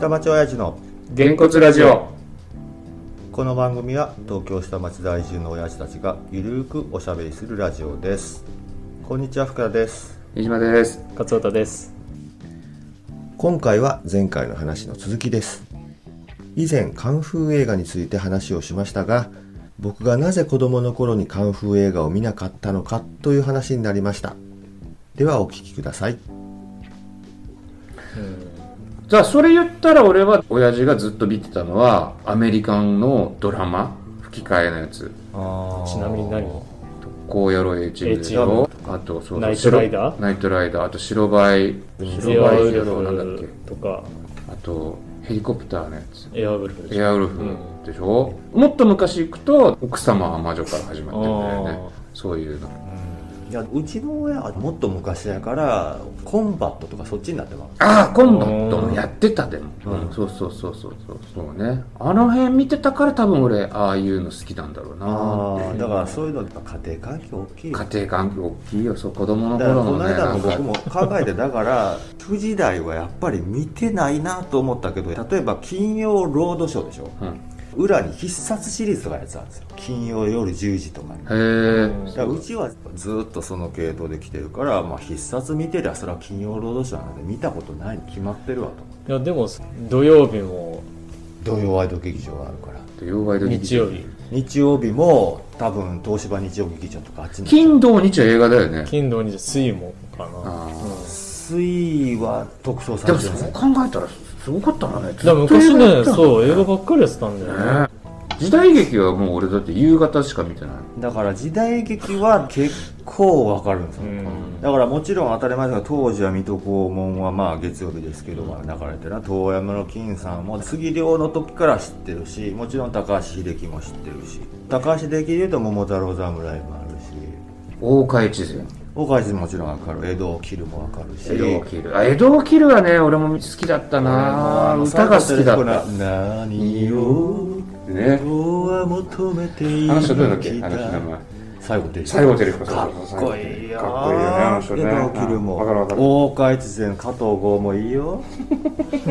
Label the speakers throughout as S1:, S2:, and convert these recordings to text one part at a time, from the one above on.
S1: 下町親父の
S2: げんこつラジオ
S1: この番組は東京下町在住の親父たちがゆるーくおしゃべりするラジオですこんにちは福田です
S2: 飯島です
S3: 勝太です
S1: 今回は前回の話の続きです以前カンフー映画について話をしましたが僕がなぜ子供の頃にカンフー映画を見なかったのかという話になりましたではお聞きください
S2: じゃあそれ言ったら俺は親父がずっと見てたのはアメリカンのドラマ吹き替えのやつ
S3: ちなみに何
S2: 「こうやろう H
S3: エイチブ
S2: をあとそう
S3: ナイトライダー
S2: 白ナイトライダーあと白バイ
S3: エ
S2: 白
S3: ア
S2: バイ
S3: ウ
S2: じゃ
S3: ル
S2: そうなんだっ
S3: フとか
S2: けあとヘリコプターのやつ
S3: エアウルフでし
S2: エ
S3: ょ
S2: アウルフでしょ、もっと昔行くと奥様は魔女から始まってるんだよねそういうの
S1: いやうちの親はもっと昔やからコンバットとかそっちになってます
S2: ああコンバットもやってたでも、うんそうそうそうそうそうそうねあの辺見てたから多分俺ああいうの好きなんだろうな
S1: ああだからそういうのやっぱ家庭環境大きいよ
S2: 家庭環境大きいよそう子供の
S1: だからこ
S2: 頃の
S1: の
S2: ね
S1: 間も
S2: なん
S1: 僕
S2: か
S1: も考えてだから9時台はやっぱり見てないなと思ったけど例えば金曜ロードショーでしょ
S2: うん
S1: 裏に必殺シリーズとかやってたんですよ金曜夜10時とかにだか
S2: へ
S1: らうちはずっとその系統で来てるから、まあ、必殺見てりゃそれは金曜ロードショーなんで見たことないに決まってるわと
S3: いやでも土曜日も
S1: 土曜ワイド劇場があるから
S2: え曜ワイド劇場
S3: 日曜日
S1: 日曜日も多分東芝日曜劇場とかあっちに
S2: 金土日は映画だよね
S3: 金土日水もかな
S2: あ
S1: 水は特徴
S2: あ
S1: さ
S2: で
S1: れ
S2: も
S1: てるんです
S2: そう
S1: よ
S2: 考えたらすごかったなね
S3: だから昔ね
S2: う
S3: そう映画ばっかりやってたんだよね
S2: 時代劇はもう俺だって夕方しか見てない
S1: だから時代劇は結構わかるんですよ、
S3: うん
S1: だからもちろん当たり前ですが当時は水戸黄門はまあ月曜日ですけど、まあ、流れてるな遠山の金さんも杉良の時から知ってるしもちろん高橋英樹も知ってるし高橋英樹でいうと桃太郎侍もあるし
S2: 大岡越前
S1: 岡橋もちろんわかる江戸を切るもわかるし
S2: 江戸を切るあ江戸を切るはね俺も好きだったな歌が好きだった
S1: た何を
S2: ね
S1: 人は求めてい
S2: あの人どうだっけあの人の名前
S1: 最後で
S2: 西郷輝彦さ
S1: か
S2: ん
S1: っこいいよ
S2: かっこいいよねあの人ね
S1: でも起きる
S2: わかるわかる
S1: も大岡越前加藤剛もいい よあ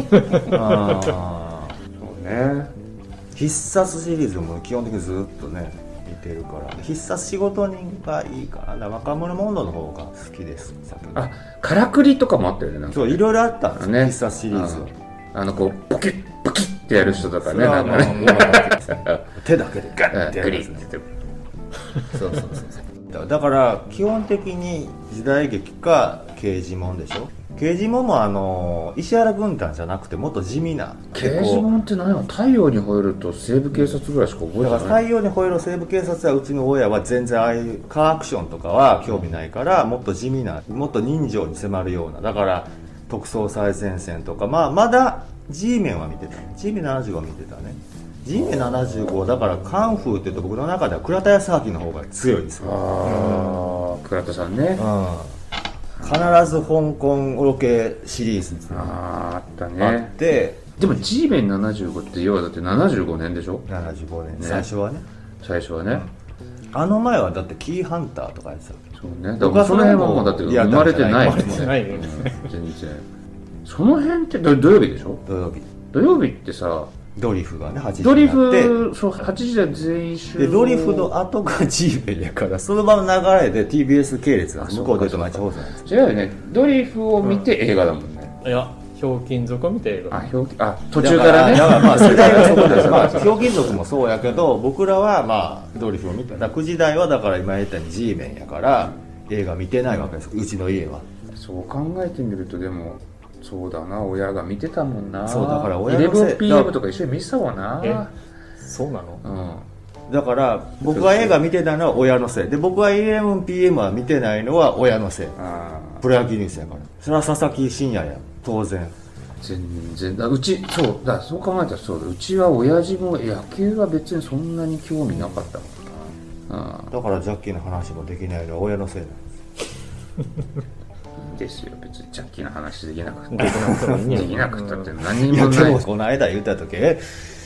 S1: ー
S2: そうね
S1: 必殺シリーズも基本的にずっとね見てるから必殺仕事人がいいからな若者モンドの方が好きです先に
S2: あからくりとかもあったよねなんか
S1: そういろいろあったんですよ、
S2: ね
S1: 必殺シリーズは
S2: あのこうポキッポキッってやる人とか
S1: それ
S2: ねな
S1: は
S2: ん
S1: もう
S2: かね
S1: 手だけでガッてや
S2: グ
S1: る
S2: リ
S1: やつ
S2: ッ
S1: ね
S2: て言って
S1: そうそうそうそうだから基本的に時代劇か刑事もんでしょ刑事もんもあの石原軍団じゃなくてもっと地味な
S2: 刑事本って何や太陽に吠えると西部警察ぐらいしか覚
S1: だから
S2: えてない
S1: 太陽に吠えろ西部警察はうちの親は全然ああいうカーアクションとかは興味ないからもっと地味なもっと人情に迫るようなだから特捜最前線とか、まあ、まだ G メンは見てた G メン75は見てたね G メン75だからカンフーっていうと僕の中では倉田康明の方が強いんですよ
S2: ああ倉田さんね
S1: 必ず香港ロケシリーズ
S2: あああった
S1: あっ
S2: ね
S1: て、
S2: でも G メン75って要はだって75年でしょ
S1: 75年、
S2: ね
S1: 最初はね
S2: 最初はね
S1: あの前はだってキーハンターとかやってた
S2: そうねだからその辺はもうだって
S1: いや
S2: 生まれてないもんね
S1: 生まれ
S3: てないね
S2: うん全然その辺って土土曜日でしょ
S1: 土曜日
S2: 土曜日ってさ
S1: ドリフがね8時
S2: ドリ
S1: になって
S2: フそう8時台全員集合
S1: でドリフの後が G メンやからその場の流れで TBS 系列なんです
S2: あ
S1: 向こうで言う
S2: そ
S1: と
S2: うか
S1: 町放送なんです
S2: 違うよねドリフを見て映画だもんね、
S3: いやひょうきん族を見て映画
S2: あ表記あ途中からね
S1: だからまあ世代がそこです、まあ、
S2: そう
S1: 表現族もそうやけど僕らはまあドリフを見ただから9時代はだから今言ったように G メンやから映画見てないわけですうちの家は
S2: そう考えてみるとでもそうだな親が見てたもんな
S1: そうだから親のせい
S2: 11PM とか一緒に見てたもんな
S3: えそうなの
S2: うん
S1: だから僕が映画見てたのは親のせいで僕が 11PM は見てないのは親のせい
S2: あ
S1: プロ野球ニュースやからそれは佐々木真也や当然
S2: ー全然だうちそうだそう考えたらそうだうちは親父も野球は別にそんなに興味なかったもんな
S1: だからジャッキーの話もできないのは親のせいなんです
S2: うんですよ別にジャッキーの話できなかった
S3: できなくてもいいんや
S2: できなかったって何に
S1: いや
S2: も
S1: で
S2: ない
S1: もこの間言った時「え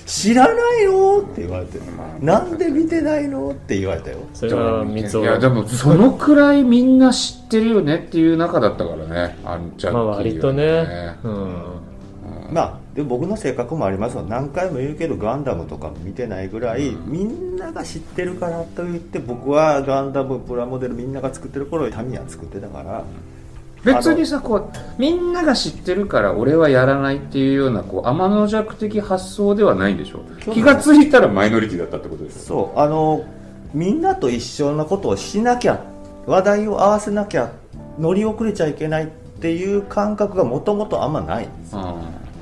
S1: 知らないの?」って言われて
S2: まあ
S1: 「なんで見てないの?」って言われたよ
S3: それは三つ
S2: いやでもそのくらいみんな知ってるよねっていう中だったからねあんちゃん
S3: まあ割とねうん
S1: まで僕の性格もありますよ何回も言うけどガンダムとか見てないぐらい、
S2: うん
S1: みんなが知ってるからといって僕はガンダムプラモデルみんなが作ってる頃タミヤ作ってたから、
S2: 別にさこうみんなが知ってるから俺はやらないっていうようなこう天の弱的発想ではないんでしょ
S1: そう
S2: 気がついたらマイノリティだったってことでしょ
S1: そうあのみんなと一緒のことをしなきゃ話題を合わせなきゃ乗り遅れちゃいけないっていう感覚がもともとあんまないんです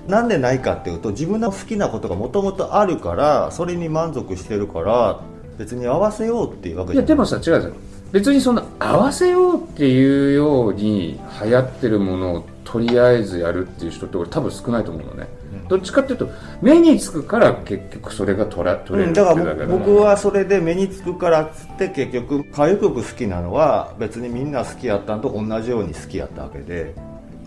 S1: なんでないかっていうと自分の好きなことがもともとあるからそれに満足してるから別に合わせようっていうわけ
S2: い
S1: じゃ
S2: や
S1: ない
S2: でもさ違うじゃん別にそんな合わせようっていうように流行ってるものをとりあえずやるっていう人って俺多分少ないと思うのね、
S1: うん
S2: どっちかっていうと目につくから結局それが取ら取れ
S1: うん、
S2: るって
S1: だ
S2: だ
S1: か
S2: け
S1: ら
S2: だから、
S1: 僕僕はそれで目につくからっつって結局歌謡曲好きなのは別にみんな好きやったんと同じように好きやったわけで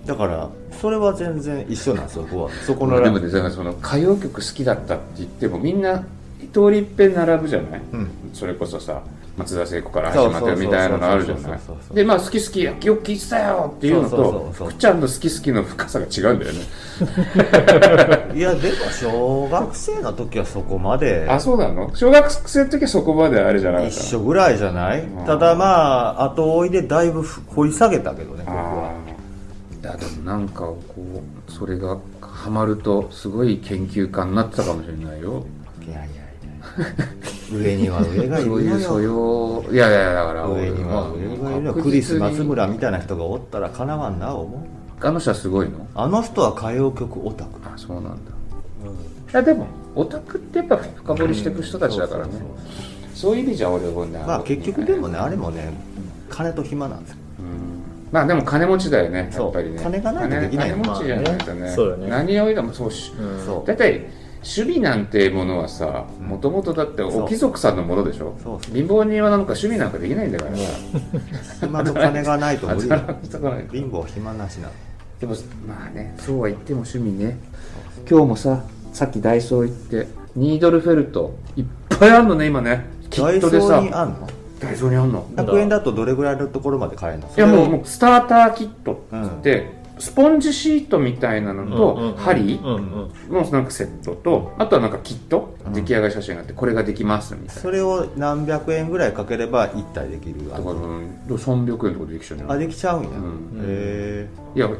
S1: だからそれは全然一緒なんですよ僕はそこ
S2: ま
S1: の
S2: あでもねだからその歌謡曲好きだったって言ってもみんな通りいっぺん並ぶじゃない、
S1: うん
S2: それこそさ松田聖子から始まってみたいなのあるじゃ
S1: そう
S2: な
S1: そう
S2: い
S1: そうそうそうそう
S2: でまあ好き好き野球聞いてたよっていうの
S1: そうそうそ
S2: と
S1: うそう
S2: 福ちゃんの好き好きの深さが違うんだよね
S1: いやでも小学生の時はそこまで
S2: あそうなの小学生の時はそこまであれじゃなかったの
S1: 一緒ぐらいじゃない、
S2: うん
S1: ただまあ後追いでだいぶ掘り下げたけどね僕
S2: あ
S1: は
S2: ーいやでもなんかこうそれがハマるとすごい研究家になってたかもしれないよ
S1: いやいやいや上には上がいる
S2: そ
S1: の
S2: ういう素
S1: よ
S2: 養いやいやいやだから
S1: 上には上がいるのよクリス松村みたいな人がおったらかなわんな思う
S2: あの人はすごいの
S1: あの人は歌謡曲オタク、
S2: あそうなんだいやでもオタクってやっぱ深掘りしていく人たちだからね、
S1: そうそう
S2: そういう意味じゃ俺はね
S1: まあ結局でもねあれもね金と暇なんですよ
S2: うんまあでも金持ちだよねや
S1: そう
S2: っぱりね
S1: 金がないとできない
S2: 金金持ちじゃないとね,、
S3: まあねそうだね
S2: 何を言うのもそうし
S3: うん
S1: そう
S2: 大体趣味なんてものはさもともとだってお貴族さんのものでしょ
S1: そうそう
S2: 貧乏人はなんか趣味なんかできないんだからさ
S1: 暇と金がないと無理だ
S2: 働かない
S1: 貧乏暇なしなの
S2: でもまあねそうは言っても趣味ね今日もささっきダイソー行ってニードルフェルトいっぱいあるのね今ねキ
S1: ダ
S2: ッ
S1: イソ
S2: トでさ
S1: ーにあんの
S2: ダイソーにあんの
S1: 100円だとどれぐらいのところまで買えるの
S2: いやもうもうスターターキットって言って、スポンジシートみたいなのと、
S3: うんうんうん
S2: 針
S3: うんうん
S2: のなんかセットとあとはなんかキット、出来上がり写真があってこれができますみたいな
S1: それを何百円ぐらいかければ1体できる
S2: だからうん300円とかでできちゃう
S1: あ
S2: ね
S1: できちゃうんや、
S2: うん
S1: へ
S2: いやこ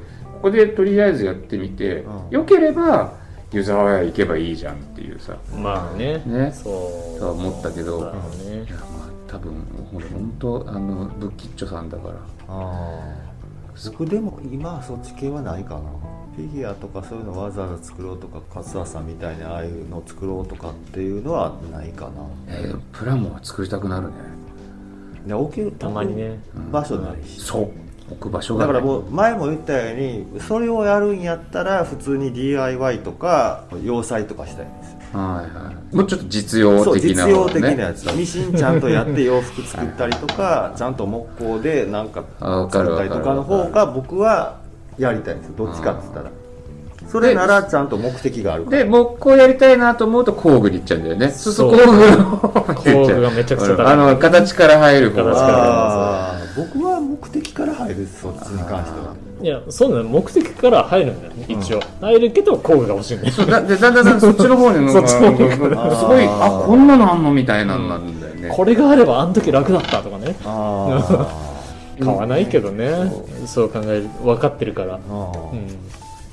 S2: こでとりあえずやってみて、
S1: うん
S2: よければ湯沢屋行けばいいじゃんっていうさ
S3: まあね
S2: ね
S3: そう
S2: とは思ったけど
S3: だろうね
S2: いやまあ多分ほら本当あのブッキッチョさんだから
S1: えあー僕でも今はそっち系はないかなフィギュアとかそういうのわざわざ作ろうとか勝田さんみたいにああいうのを作ろうとかっていうのはないかな
S2: えープラモは作りたくなるね
S1: で置ける
S3: たまにね
S1: 場所ないし、
S2: そう置く場所が
S1: だ
S2: な
S1: か
S2: い
S1: らもう前も言ったようにそれをやるんやったら普通に DIY とか洋裁とかしたいんですよ
S2: はいはい、もうちょっと実用
S1: そう
S2: 的な
S1: 実
S2: も
S1: 用
S2: の
S1: 的な
S2: ね
S1: やつミシンちゃんとやって洋服作ったりと かちゃんと木工でなんか
S2: あわか
S1: 作った
S2: るわ
S1: り
S2: か
S1: と
S2: る
S1: かの方が僕はやりたいんですよどっちかっつったらそれならちゃんと目的があるから
S2: で木工やりたいなと思うと工具に行っちゃうんだよねそうすると工
S3: そう
S2: 具の方に行っちゃう
S3: 工具がめちゃくちゃ
S2: うんあの形から入る方
S3: 形から
S1: あー僕は目的から入るそっちに関してはい
S3: やそうなの目的から入るんだよね一応入るけど工具が欲しいんだよ
S2: そうだでだんだんだんそっちの方に
S3: そっちの方に
S2: あのすごい
S1: あ
S2: あ
S1: ー
S2: こんなのあんのみたいなのなんだよね、
S3: これがあればあの時楽だったとかね
S1: あ
S3: 買わないけどねそう考える分かってるから
S1: ーあー、
S3: う
S1: うん
S3: ん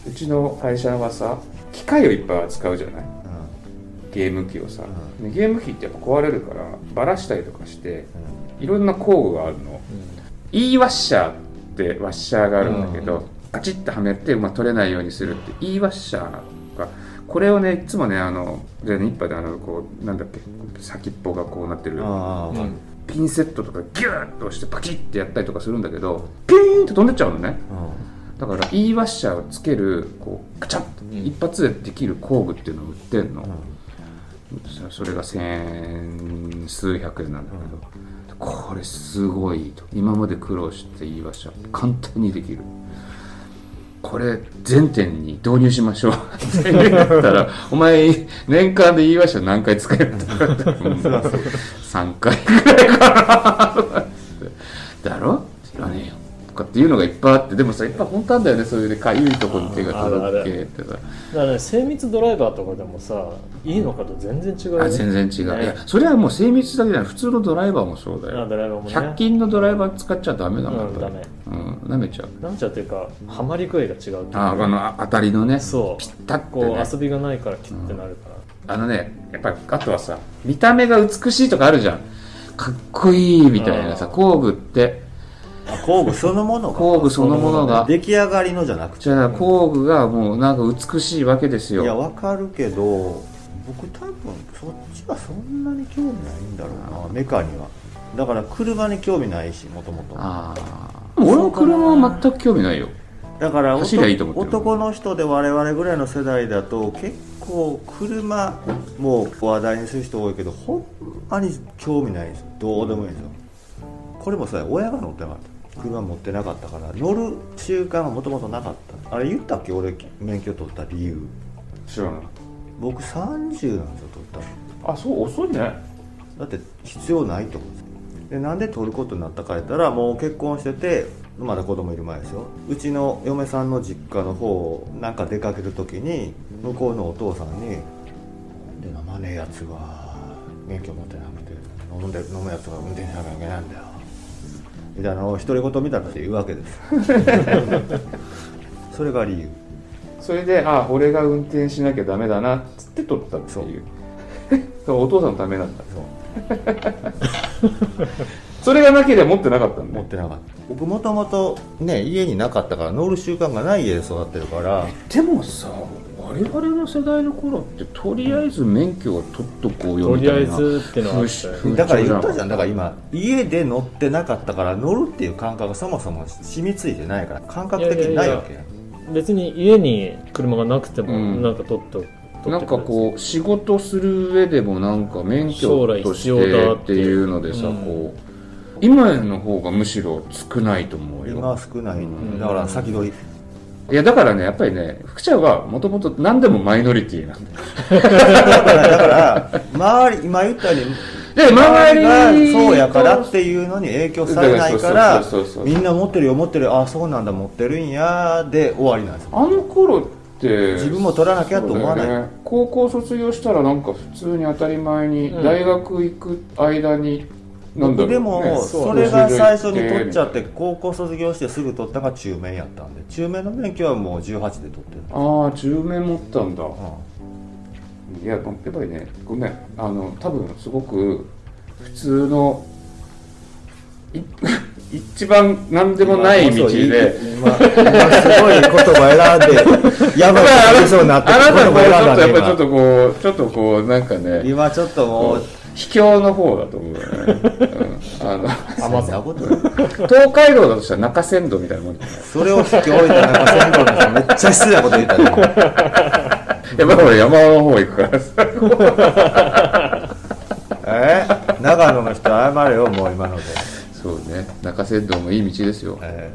S2: うちの会社はさ機械をいっぱい扱うじゃない
S1: うん
S2: ゲーム機をさ、
S1: う
S2: でゲーム機ってやっぱ壊れるからバラしたりとかしていろんな工具があるの E ワッシャーってワッシャーがあるんだけど、カチッとはめて、まあ、取れないようにするって E ワッシャーがこれをねいつもねあので一杯であのこうなんだっけ先っぽがこうなってる
S1: あー
S2: ピンセットとかギューッと押してパキッてやったりとかするんだけどピーンって飛んでっちゃうのね
S1: う
S2: だから E ワッシャーをつけるこうカチャッと
S3: ん
S2: 一発でできる工具っていうのを売ってんの、
S1: ん
S2: そそれが千数百円なんだけど、これすごいと今まで苦労して言いました簡単にできるこれ全店に導入しましょう全店だったらお前年間で言いました何回使えるんだろうって3回ぐらいかなだろいらねえよかっていうのがいっぱいあってでもさいっぱい本当あんだよねそういうねかゆいとこに手が
S3: あるあ
S2: 届け
S3: る
S2: ってさ
S3: だからね精密ドライバーとかでもさいいのかと全然違うよね
S2: あ全然違う、
S3: ね
S2: いやそれはもう精密だけじゃない普通のドライバーもそうだ
S3: あ
S2: よ
S3: ドライバーもね
S2: 100均のドライバー使っちゃダメだもん、
S3: うん
S2: やっぱりうん、舐めちゃう
S3: なんちゃっていうかハマり具合が違うっていう
S2: ああの当たりのね
S3: そう
S2: ピッタッて、
S3: こ
S2: ね、
S3: う遊びがないからキュッてなるから、
S2: あのね、やっぱり、あとはさ、見た目が美しいとかあるじゃん。かっこいいみたいなさ、
S3: あー
S2: 工具って、
S1: あ工具そのものが
S2: 工具そのものが、
S1: 出来上がりのじゃなくて
S2: じゃあ工具がもうなんか美しいわけです
S1: いや
S2: よ。
S1: わかるけど僕多分そっちはそんなに興味ないんだろうなメカにはだから車に興味ないしもともと
S2: ああ。俺も車は全く興味ないよ。
S1: だから
S2: 走りゃいいと思ってる
S1: 男の人で我々ぐらいの世代だと結構車もう話題にする人多いけどほんまに興味ないんですよどうでもいいんですよこれもさ親が乗ってなかった車持ってなかったから乗る習慣がもともとなかったあれ言ったっけ俺免許取った理由
S2: 知らない。
S1: 僕30なんですよ取ったの
S2: あ、そう、遅いね。
S1: だって必要ないと思うんですよでなんで取ることになったか言ったらもう結婚しててまだ子供いる前ですようちの嫁さんの実家の方なんか出かける時に向こうのお父さんに「で飲まねえやつが免許持ってなくて飲んで飲むやつが運転しなきゃいけないんだよ」みたいなのを独り言見たって言うわけですそれが理由
S2: それで、ああ、俺が運転しなきゃダメだな、っつって取ったっていう。 お父さんのためなんだ。
S1: そう
S2: それがなければ持ってなかったん
S1: 持ってなかった僕もともとね家になかったから乗る習慣がない家で育ってるから
S2: でもさ我々の世代の頃ってとりあえず免許は取っとこうよ
S3: と
S2: み
S3: り
S2: た
S3: あえ
S2: いな
S3: ずってのはあったよね
S2: 風
S1: だから言
S2: 風潮
S1: ったじゃんだから今家で乗ってなかったから乗るっていう感覚がそもそも染みついてないから感覚的にないわけや
S3: 別に家に車がなくても
S2: うん
S3: なんか取っと、取ってくれ
S2: なんかこう仕事する上でもなんか免許
S3: 将来
S2: とし
S3: 必要
S2: て
S3: だっ
S2: ってていうのでさ、
S3: うん
S2: こう今の方がむしろ少ないと思う
S1: 今は
S2: よ
S1: 少ない、
S2: うん
S1: だから先取り
S2: いやだからねやっぱりね福ちゃんはもともと何でもマイノリティなんだよ
S1: だからだから周り今言ったように
S2: で周り
S1: が
S2: が
S1: そうやからっていうのに影響されないか
S2: だから
S1: ら
S2: そうそうそうそう
S1: みんな持ってるよ持ってるよあそうなんだ持ってるんやで終わりなんですよ
S2: あの頃って
S1: 自分も取らなきゃと思わない
S2: そうだよね高校卒業したらなんか普通に当たり前に、
S3: うん
S2: 大学行く間になんだろう、ね、
S1: でも
S3: そう
S1: それが最初に取っちゃ
S2: て
S1: って高校卒業してすぐ取ったのが中免やったんで中免の免許はもう18で取ってる、
S2: ああ10名持ったんだ
S1: うん
S2: いややっぱりねごめんあの多分すごく普通のい 一番何でもない道で
S1: 今そういい今今すごい言葉選んでやばいことそうにな
S2: あ
S1: っ
S2: な
S1: てる
S2: たもちょっとやっ
S1: 言葉選ん
S2: ぱりちょっ
S1: だね
S2: とこうちょっとこうなんか
S1: 今
S2: ね
S1: 今ちょっともう
S2: 卑怯の方だと思うよね、うんあの
S1: 甘さことない
S2: 東海道だとしたら中山道みたいなもんじゃない
S1: それを引き置いたなんか先頭の人めっちゃ失礼なこと言ったね今
S2: やっぱり俺山の方行くからさ
S1: え長野の人謝れよもう今ので、
S2: そうね中山道もいい道ですよ、
S1: え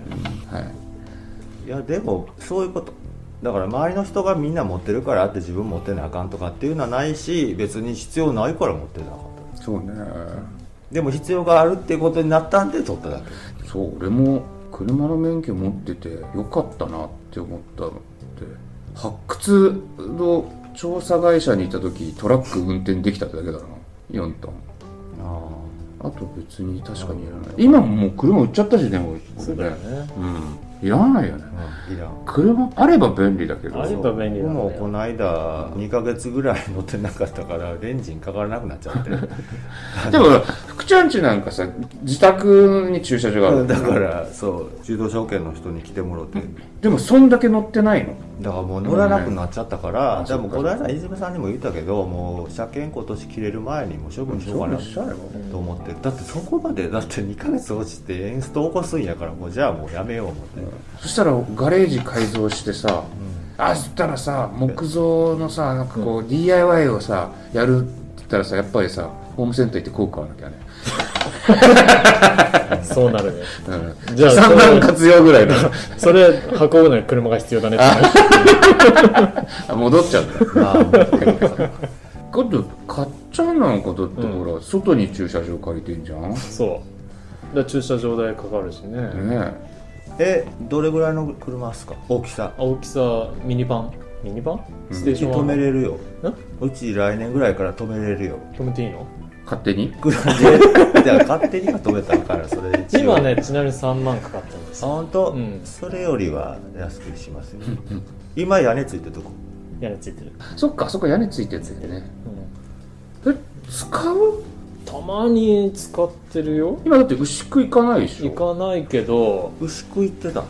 S1: ー
S2: はい
S1: いやでもそういうことだから周りの人がみんな持ってるからって自分持ってなあかんとかっていうのはないし別に必要ないから持ってなかった
S2: そうね
S1: でも必要があるっていうことになったんで取っただけ
S2: そう俺も車の免許持っててよかったなって思ったのって発掘の調査会社にいた時トラック運転できたってだけだな4トン
S1: あ
S2: あと別に確かにいらない今もう車売っちゃったしねもう
S3: そうだよね
S2: うんいらないよね
S1: あいらん
S2: 車あれば便利だけど
S3: あれば便利だね
S1: もうこの間2ヶ月ぐらい乗ってなかったからレンジンかからなくなっちゃって
S2: でも福ちゃんちなんかさ自宅に駐車場がある
S1: だからそう中道証券の人に来てもろて
S2: でもそんだけ乗ってないの
S1: だからもう乗らなくなっちゃったから、
S2: うん
S1: でもこの間泉さんにも言ったけどもう車検今年切れる前にもう処分しようかなと思ってだってそこまでだって2ヶ月落ちてエンスト起こすんやからもうじゃあもうやめよう思って、
S2: そしたらガレージ改造してさ、あそしたらさ木造のさなんかこう、DIY をさやるって言ったらさやっぱりさホームセンター行って効果はなきゃね、
S3: そうなるね
S2: うん、
S3: じゃあ
S2: 3
S3: そ
S2: 番
S3: れ
S2: 活用ぐらい の
S3: それ運ぶのに車が必要だねってなる
S2: あ戻っちゃった
S1: まあもう
S2: 今度買っちゃうなんかだってほら、外に駐車場借りてんじゃんね
S3: そうだから駐車場代かかるしね
S2: え
S1: えどれぐらいの車ですか大きさ
S3: 大きさミニバンミニバン
S2: うん
S3: ステ
S1: う
S3: ー
S1: ち
S3: ション
S1: 止めれるよ
S3: ん
S1: うち来年ぐらいから止めれるよ
S3: 止めていいの
S2: 勝手に
S1: ぐらい でじゃあ勝手には止めたからそれ一応
S3: 今
S1: あ
S3: ねちなみに3万かかったんです
S1: 本当、
S3: うん
S1: それよりは安くしますよ今屋根ついてるとこ
S3: 屋根ついてる、
S2: そっかそっか屋根ついてるやつだよね
S3: うん、
S2: え使う
S3: たまに使ってるよ
S2: 今だって牛久行かないでしょ
S3: 行かないけど
S1: 牛久行ってたの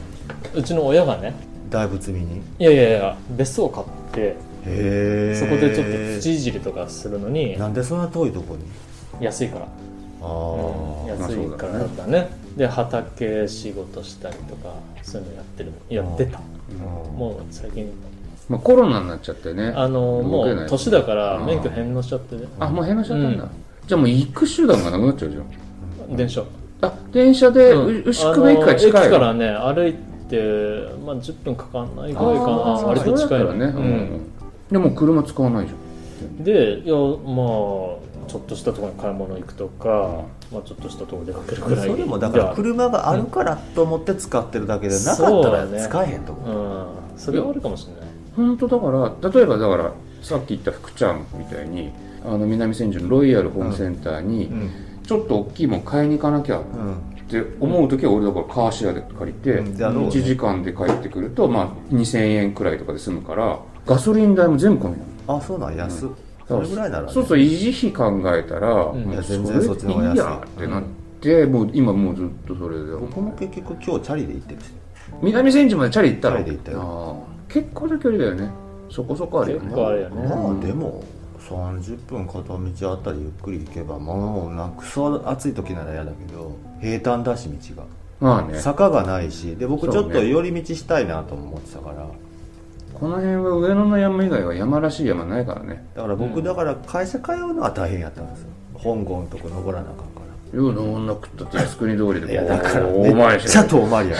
S3: うちの親がね
S1: 大仏見に
S3: いやいやいや別荘を買って
S1: へえ
S3: そこでちょっと土いじりとかするのに
S1: なんでそんな遠いとこに
S3: 安いから
S1: あ
S3: うん
S1: あ、
S3: 安いからだったね,、で畑仕事したりとかそういうのやってるやってた
S1: うん
S3: もう最近
S2: まあ、コロナになっちゃってね
S3: あの
S2: 動
S3: も
S2: けないう
S3: 年だから
S2: うん
S3: 免許返納しちゃってね
S2: あもう返納しちゃったんだ、
S3: うん
S2: じゃあもう行く手段がなくなっちゃうじゃん
S3: 電車
S2: あ電車で、う
S3: うん
S2: 牛久の駅から近い
S3: あの駅か
S2: あ
S3: らね歩いて、まあ、10分かかんないぐ
S2: ー
S3: らいかな割と近い
S2: それだったらね、
S3: う
S2: うん
S3: ん
S2: でも車使わないじゃん
S3: でいやまあちょっとしたところに買い物行くとか、まあ、ちょっとしたところ出かけるぐらい
S1: それもだから
S3: じゃ
S1: 車があるからと思って使ってるだけで
S3: うん
S1: なかった
S3: そうだ
S1: ら
S3: ね
S1: 使えへんとこ、
S3: あうんそれはあるかもしれない
S2: 本当だから例えばだからさっき言った福ちゃんみたいにあの南千住のロイヤルホームセンターに
S1: うん
S2: ちょっと大きいもん買いに行かなきゃっ
S1: うん
S2: て思う時は俺だからカーシェアで借りて
S1: うんだろうね
S2: 1時間で帰ってくるとまあ2000円くらいとかで済むからガソリン代も全部込みなの
S1: あそうなん安っ、それぐらいなら、ね、
S2: そうそう維持費考えたら、
S3: ん
S2: もう
S3: い
S1: や全然そっちの方が安
S2: れで
S1: い
S2: いやってなって、もう今もうずっとそれで
S1: 僕も結局今日チャリで行ってるし
S2: 南千住までチャリ行ったら
S1: チャリで行ったよ
S2: 結構な距離だよねそこそこあるよね
S3: 結構あるよ
S1: ま
S3: ね
S1: あでも30分片道あたりゆっくり行けばもうなんかクソ暑い時なら嫌だけど平坦だし道
S2: まあね
S1: が坂がないしで僕
S2: そう
S1: ち
S2: ね
S1: ょっと寄り道したいなとも思ってたから
S2: この辺は上野の山以外は山らしい山ないからね
S1: だから僕だから会社通うのは大変やったんですよ本郷のとこ登らなあかんか
S2: よう登んなくったって靖国通り
S1: ら
S2: で
S1: いやだから
S2: おお
S1: め
S2: 前
S1: っちゃ遠回り や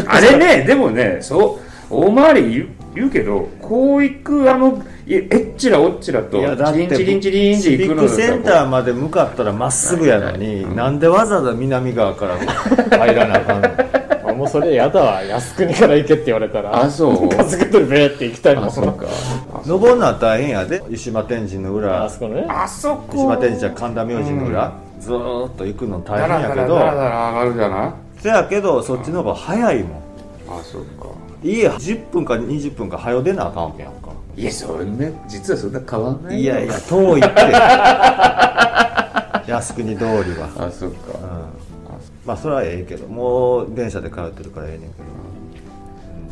S1: な
S2: あれねでもねそう大回り言う言うけどこう行くあのいえっちらおっちらと
S1: いやだっ
S2: チリ
S1: て
S2: ンチリンチリン
S1: シ
S2: で
S1: ビ
S2: 行く
S1: ッ
S2: の
S1: クセンタ
S2: ー
S1: ーまで向かったらまっすぐやのに、
S2: うん
S1: なんでわざわざ南側から入らなあ かんの
S3: あもうそれやだわ靖国から行けって言われたら
S2: あそう
S3: 家族でベーって行きたいもん
S2: あそうか
S1: 登るのは大変やで湯島天神の裏
S3: あそこね
S2: あそ
S1: 湯
S2: こ
S1: 島天神は神田明神の裏、ずーっと行くの
S2: だ
S1: 大
S2: ら
S1: 変
S2: だ
S1: や
S2: ら
S1: け
S2: だらだ
S1: ど
S2: ら上がるじゃない
S1: せやけどそっちの方が早いもん
S2: あそうか
S1: 家10分か20分か早よ出なあかんわけやんか
S2: いやそんな実はそんな変わんない
S1: い
S2: よ
S1: やいや遠いって靖国通りは
S2: あそう
S1: うん
S2: か
S1: まあそれはええけどもう電車で通ってるからええねんけ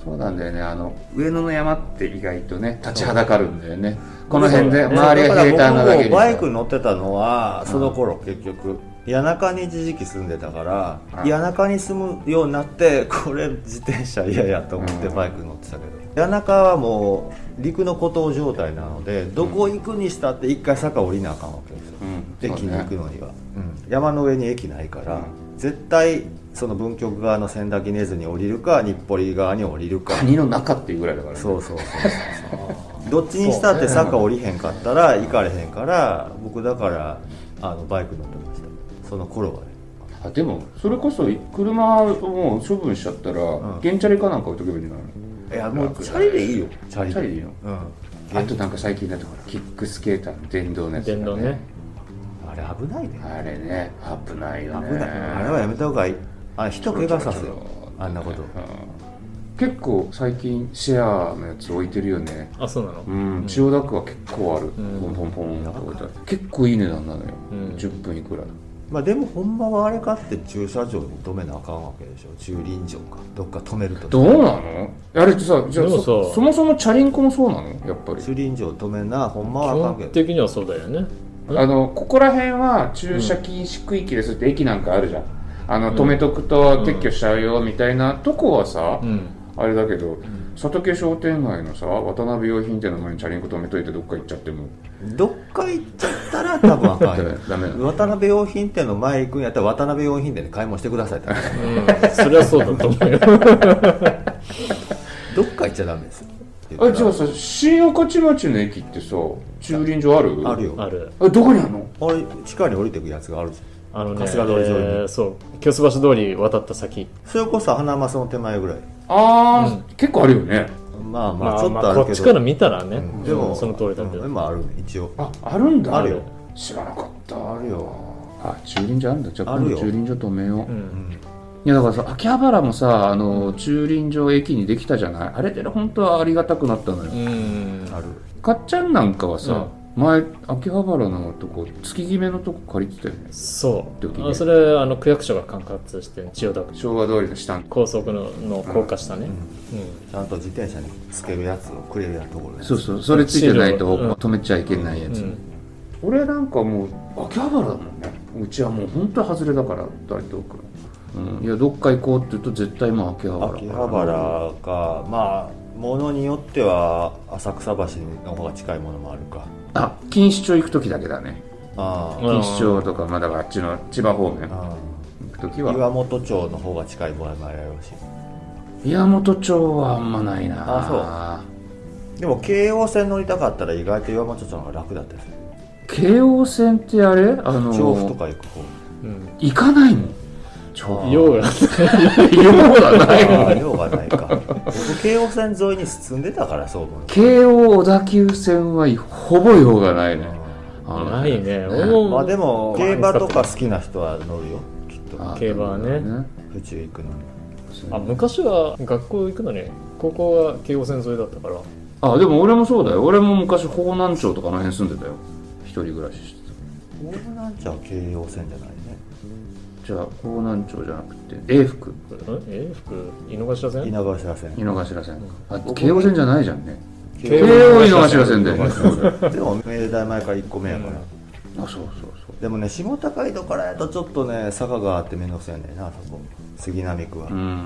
S2: そうなんだよねあの上野の山って意外とね立ちはだかるんだよねこの辺で周りが平坦なだけ
S1: で
S2: に
S1: バイク乗ってたのはその頃結局谷中に一時期住んでたから
S2: うん
S1: 谷中に住むようになってこれ自転車嫌やと思って
S2: うん
S1: バイク乗ってたけど谷中はもう陸の孤島状態なのでどこ行くにしたって一回坂降りなあかんわけですよ
S2: うん
S1: 駅に行く
S2: そうね
S1: のには、山の上に駅ないから、
S2: うん
S1: 絶対その文京区側の千駄木根津に降りるか日暮里側に降りるか
S2: 谷の中っていうぐらいだからね
S1: そうそうそうそうどっちにしたって坂降りへんかったら行かれへんから僕だからあのバイク乗ってましたその頃はね
S2: あでもそれこそ車をもう処分しちゃったら、
S1: ん
S2: 原チャリかなんか置いとけばいいんじゃない
S1: いや
S2: も
S1: も
S2: う
S1: う
S2: チ
S1: チ
S2: ャ
S1: ャ
S2: リ
S1: リ
S2: で
S1: で
S2: い
S1: い
S2: い
S1: い
S2: よ
S1: よチャ
S2: の
S1: リ
S2: チャリでいい
S1: い
S2: の
S1: うん
S2: あとなんか最近だとほらキックスケーターの電動のやつ、
S3: 電動ね
S1: あれ危ないね
S2: あれね危ない
S1: 危
S2: よね
S1: ないあれはやめた方がいいあ人怪我させよあんなこと
S2: うん結構最近シェアのやつ置いてるよね
S3: あそうなの
S2: うん千代田区は結構ある、
S3: ん
S2: ポンポンポンって置いてある結構いい値段なのよ、
S3: うん
S2: 10分いくら
S1: まあでもほんまはあれかって駐車場に止めなあかんわけでしょ駐輪場かどっか止めると
S2: どうなのあれってさじゃあ
S3: でも
S2: そ
S3: さ
S2: そもそもチャリンコもそうなのやっぱり
S1: 駐輪場止めなほんま
S3: 基
S1: はあか
S3: 本
S1: んけど
S3: 的にはそうだよね
S2: あのここら辺は駐車禁止区域ですって駅なんかあるじゃんあの止めとくと撤去しちゃうよみたいなとこはさ、
S3: うん
S2: あれだけど佐竹商店街のさ渡辺用品店の前にチャリンコ止めといてどっか行っちゃっても
S1: どっか行っちゃったら多分あ かんよ
S2: ダメなの
S1: 渡辺用品店の前行くんやったら渡辺用品店で買い物してください って
S3: うんそれはそうだと思うよ
S1: どっか行っちゃダメですよ
S2: あじゃあさ新御徒町の駅ってさ駐輪場ある
S1: あるよ
S3: ある
S2: あどこにあるの
S1: あれ地下に降りてくやつがあるじ
S3: ああのね
S1: 春日通り沿いに
S3: えーそう清洲橋通り渡った先
S1: それこそ花松の手前ぐらい
S2: あ
S3: う
S2: ー、結構あるよね
S1: まあ
S3: ま
S1: まあ
S3: あ
S1: ちょっ
S3: ま
S1: とあ
S3: あ
S1: るけど、
S3: こっちから見たらね、
S1: うん
S3: でもその通りだけど、
S1: うんでもあるね一応
S2: ああるんだ
S1: あるよ
S2: 知らなかった
S1: あるよ
S2: あ駐輪場あるんだじゃあ
S1: あ
S2: 今
S1: る
S2: 度
S1: よ
S2: 駐輪場止めよう、
S3: う
S1: うんん
S2: いやだからさ秋葉原もさあの駐輪場駅にできたじゃないあれで本当はありがたくなったのよ
S3: うん
S1: ある
S2: かっちゃんなんかはさ、前秋葉原のとこ月決めのとこ借りてたよね
S3: そ
S2: ドキ
S3: う
S2: ドキ
S3: あそれあの区役所が管轄してる千代田区
S2: 昭和通りの下の
S3: 高速のの高架下ね、うん
S1: ちゃんと自転車につけるやつをくれるやつところね
S2: そうそうそれついてないと
S3: うん
S2: 止めちゃいけないやつ、
S3: うん
S2: 俺なんかもう秋葉原だもんねうちはもう本当外れだから大東区の、うん、いやどっか行こうって言うと絶対まあ秋葉原
S1: 秋葉原かまあものによっては浅草橋の方が近いものもあるか
S2: あ錦糸町行く時だけだね
S1: あ
S3: うん
S1: あ
S2: 錦糸町とかまあだからあっちの千葉方面行
S1: あ
S2: く時
S1: あ
S2: は
S1: 岩本町の方が近い場合もあるやろうし
S2: 岩本町はあんまないな
S1: あでも京王線乗りたかったら意外と岩本町の方が楽だったりする
S2: 京王線ってあれあの
S1: 調布とか行く方
S3: うん
S2: 行かないもん調布
S3: 用が
S2: 用がないも
S1: ああ
S2: ん
S1: 用がないか僕京王線沿いに住んでたからそう思う
S2: 京王小田急線はほぼ用がないねあの
S3: ないね俺も、
S1: まあでも
S3: まあ
S1: 競馬とか好きな人は乗るよきっと
S2: あ
S3: 競馬はね
S1: 府中行くのに
S3: あ昔は学校行くのに高校は京王線沿いだったから
S2: あでも俺もそうだよ俺も昔方南町とかあの辺住んでたよ一人暮らしして
S1: 大船町は京王線じゃないね
S2: たじゃあ方南町じゃなくて永福
S3: うんえ服井の頭線
S1: 稲葉社線
S2: 井の頭線あ
S1: 僕
S2: 京王線じゃないじゃんね
S3: 京
S2: 京
S3: 王
S2: 王井の頭線だよ
S1: 井の
S2: ねあ
S1: 頭
S2: そう
S1: 線でも明大前から1個目やから、
S3: うん
S2: そうそう
S1: でもね下高井戸からやとちょっとね坂があって面倒くさいんだよなあそこ杉並区は、
S2: うん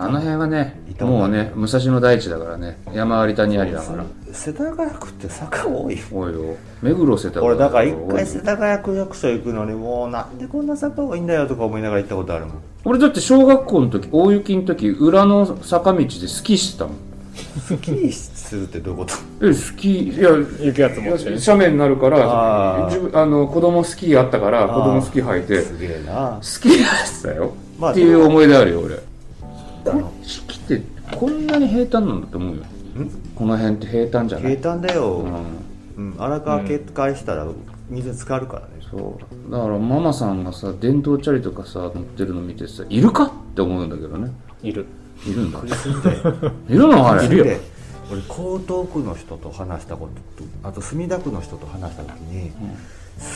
S2: あの辺はね
S1: 伊、東
S2: もうね、武蔵野大地だからね、山あり谷ありだから。
S1: 世田谷区って坂多いよ
S2: おいおい、目黒世田
S1: 俺だから一
S2: おいお
S1: 回
S2: い
S1: 世田谷区役所行くのにもうなんでこんな坂多いんだよとか思いながら行ったことある もん
S2: 俺だって小学校の時、大雪の時、裏の坂道でスキーしてたもん。
S1: スキーするってどういうこと
S2: え、スキー、いや、
S3: 行くやつ持ってね
S2: 斜面になるから
S1: あー
S2: 自分あの子供スキーあったから子供スキー履いて
S1: すげえな
S2: スキーやってたよ、
S1: まあ
S2: っていう思い出あるよ俺
S1: あの
S2: 式ってこんなに平坦なんだと思うよこの辺って平坦じゃな
S1: 平
S2: い、
S1: 坦だよ、
S2: うん、
S1: うん、荒川決壊したら水浸かるからね、
S2: そうだからママさんがさ電動チャリとかさ乗ってるの見てさいるかって思うんだけどね
S3: いる
S2: いるんだ
S1: 苦しんで
S2: いるのあれ
S1: で俺江東区の人と話したこととあと墨田区の人と話した時に、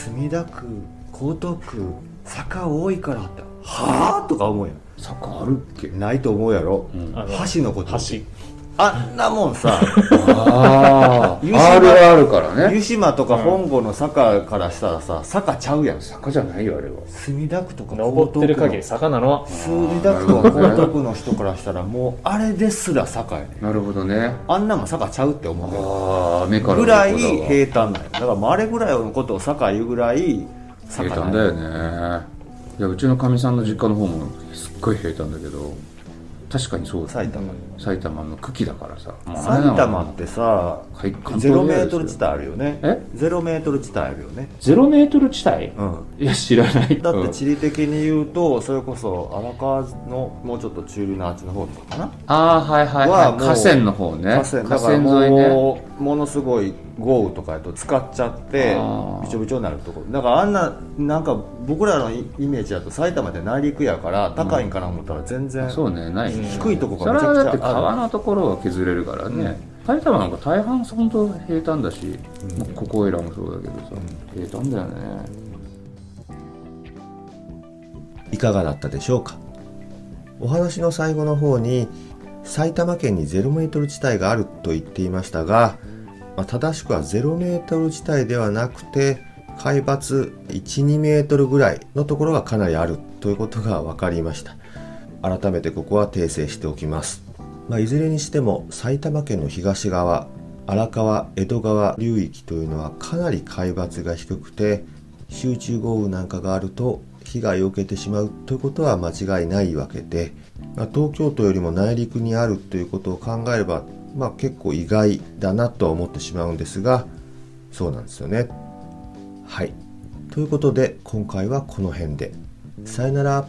S1: 墨田区江東区坂多いからってはあとか思うやん
S2: 坂あるっけ
S1: ないと思うやろ、
S2: ん
S3: あの
S1: 橋のこと
S3: 橋
S1: あんなもん さ
S2: あ
S1: 湯
S2: ー
S1: 島
S2: あるあるから
S1: 湯
S2: ね
S1: 島とか本郷の坂からしたらさ坂ちゃうやん
S2: 坂じゃないよあれは
S1: 墨田区とか江
S3: 登って
S1: 東
S3: る
S1: 区
S3: 限
S1: の
S3: り坂なの
S1: 墨田区とか江東区の人からしたらもうあれですら坂やね
S2: なるほどね
S1: あんなもん坂ちゃうって思うやん
S2: ああ目から
S1: ぐらい
S2: 鱗だわ
S1: 平坦なんよだからもうあれぐらいのことを坂言うぐらい
S2: 平
S1: 坂な
S2: 坦
S1: ん
S2: だよねいやうちのかみさんの実家の方もすっごい平坦だけど確かにそうだ
S1: 埼玉
S2: 埼玉の茎だからさもうあれな
S1: 埼
S2: の
S1: 玉ってさ
S2: はい関東
S1: ゼ
S2: エリ
S1: ロ
S2: ア
S1: メ
S2: ですよ
S1: ートル地帯あるよね
S2: え
S1: ゼロメートル地帯あるよね
S2: ゼロメートル地帯
S1: うん
S2: いや知らない
S1: だっ
S2: う
S1: て
S2: ん
S1: 地理的に言うとそれこそ荒川のもうちょっと中流のあっちの方とかかな
S2: ああはいはい
S1: は
S2: は
S1: も
S2: いう河川の方ね
S1: 河川だから
S2: 沿いね
S1: もうものすごい豪雨とかやと使っちゃって
S2: あー
S1: びちょびちょになるところだからあんななんか僕らのイイメージだと埼玉って内陸やから高いんかな思ったら全然
S2: そうねないね
S1: 低いとこ
S2: そ
S1: がめ
S2: れ
S1: ちゃ
S2: は
S1: くちゃあ
S2: だっ
S1: る
S2: て川のところは削れるからね埼玉なんか大半本当平坦だしまあここいらもそうだけどさ平坦だよね
S1: いかがだったでしょうか
S4: お話の最後の方に埼玉県にゼロメートル地帯があると言っていましたが、まあ正しくはゼロメートル地帯ではなくて海抜12メートルぐらいのところがかなりあるということが分かりました改めてここは訂正しておきます、まあ、いずれにしても埼玉県の東側荒川江戸川流域というのはかなり海抜が低くて集中豪雨なんかがあると被害を受けてしまうということは間違いないわけで、まあ東京都よりも内陸にあるということを考えれば、まあ、結構意外だなとは思ってしまうんですがそうなんですよね。はい
S1: ということで今回はこの辺でさよなら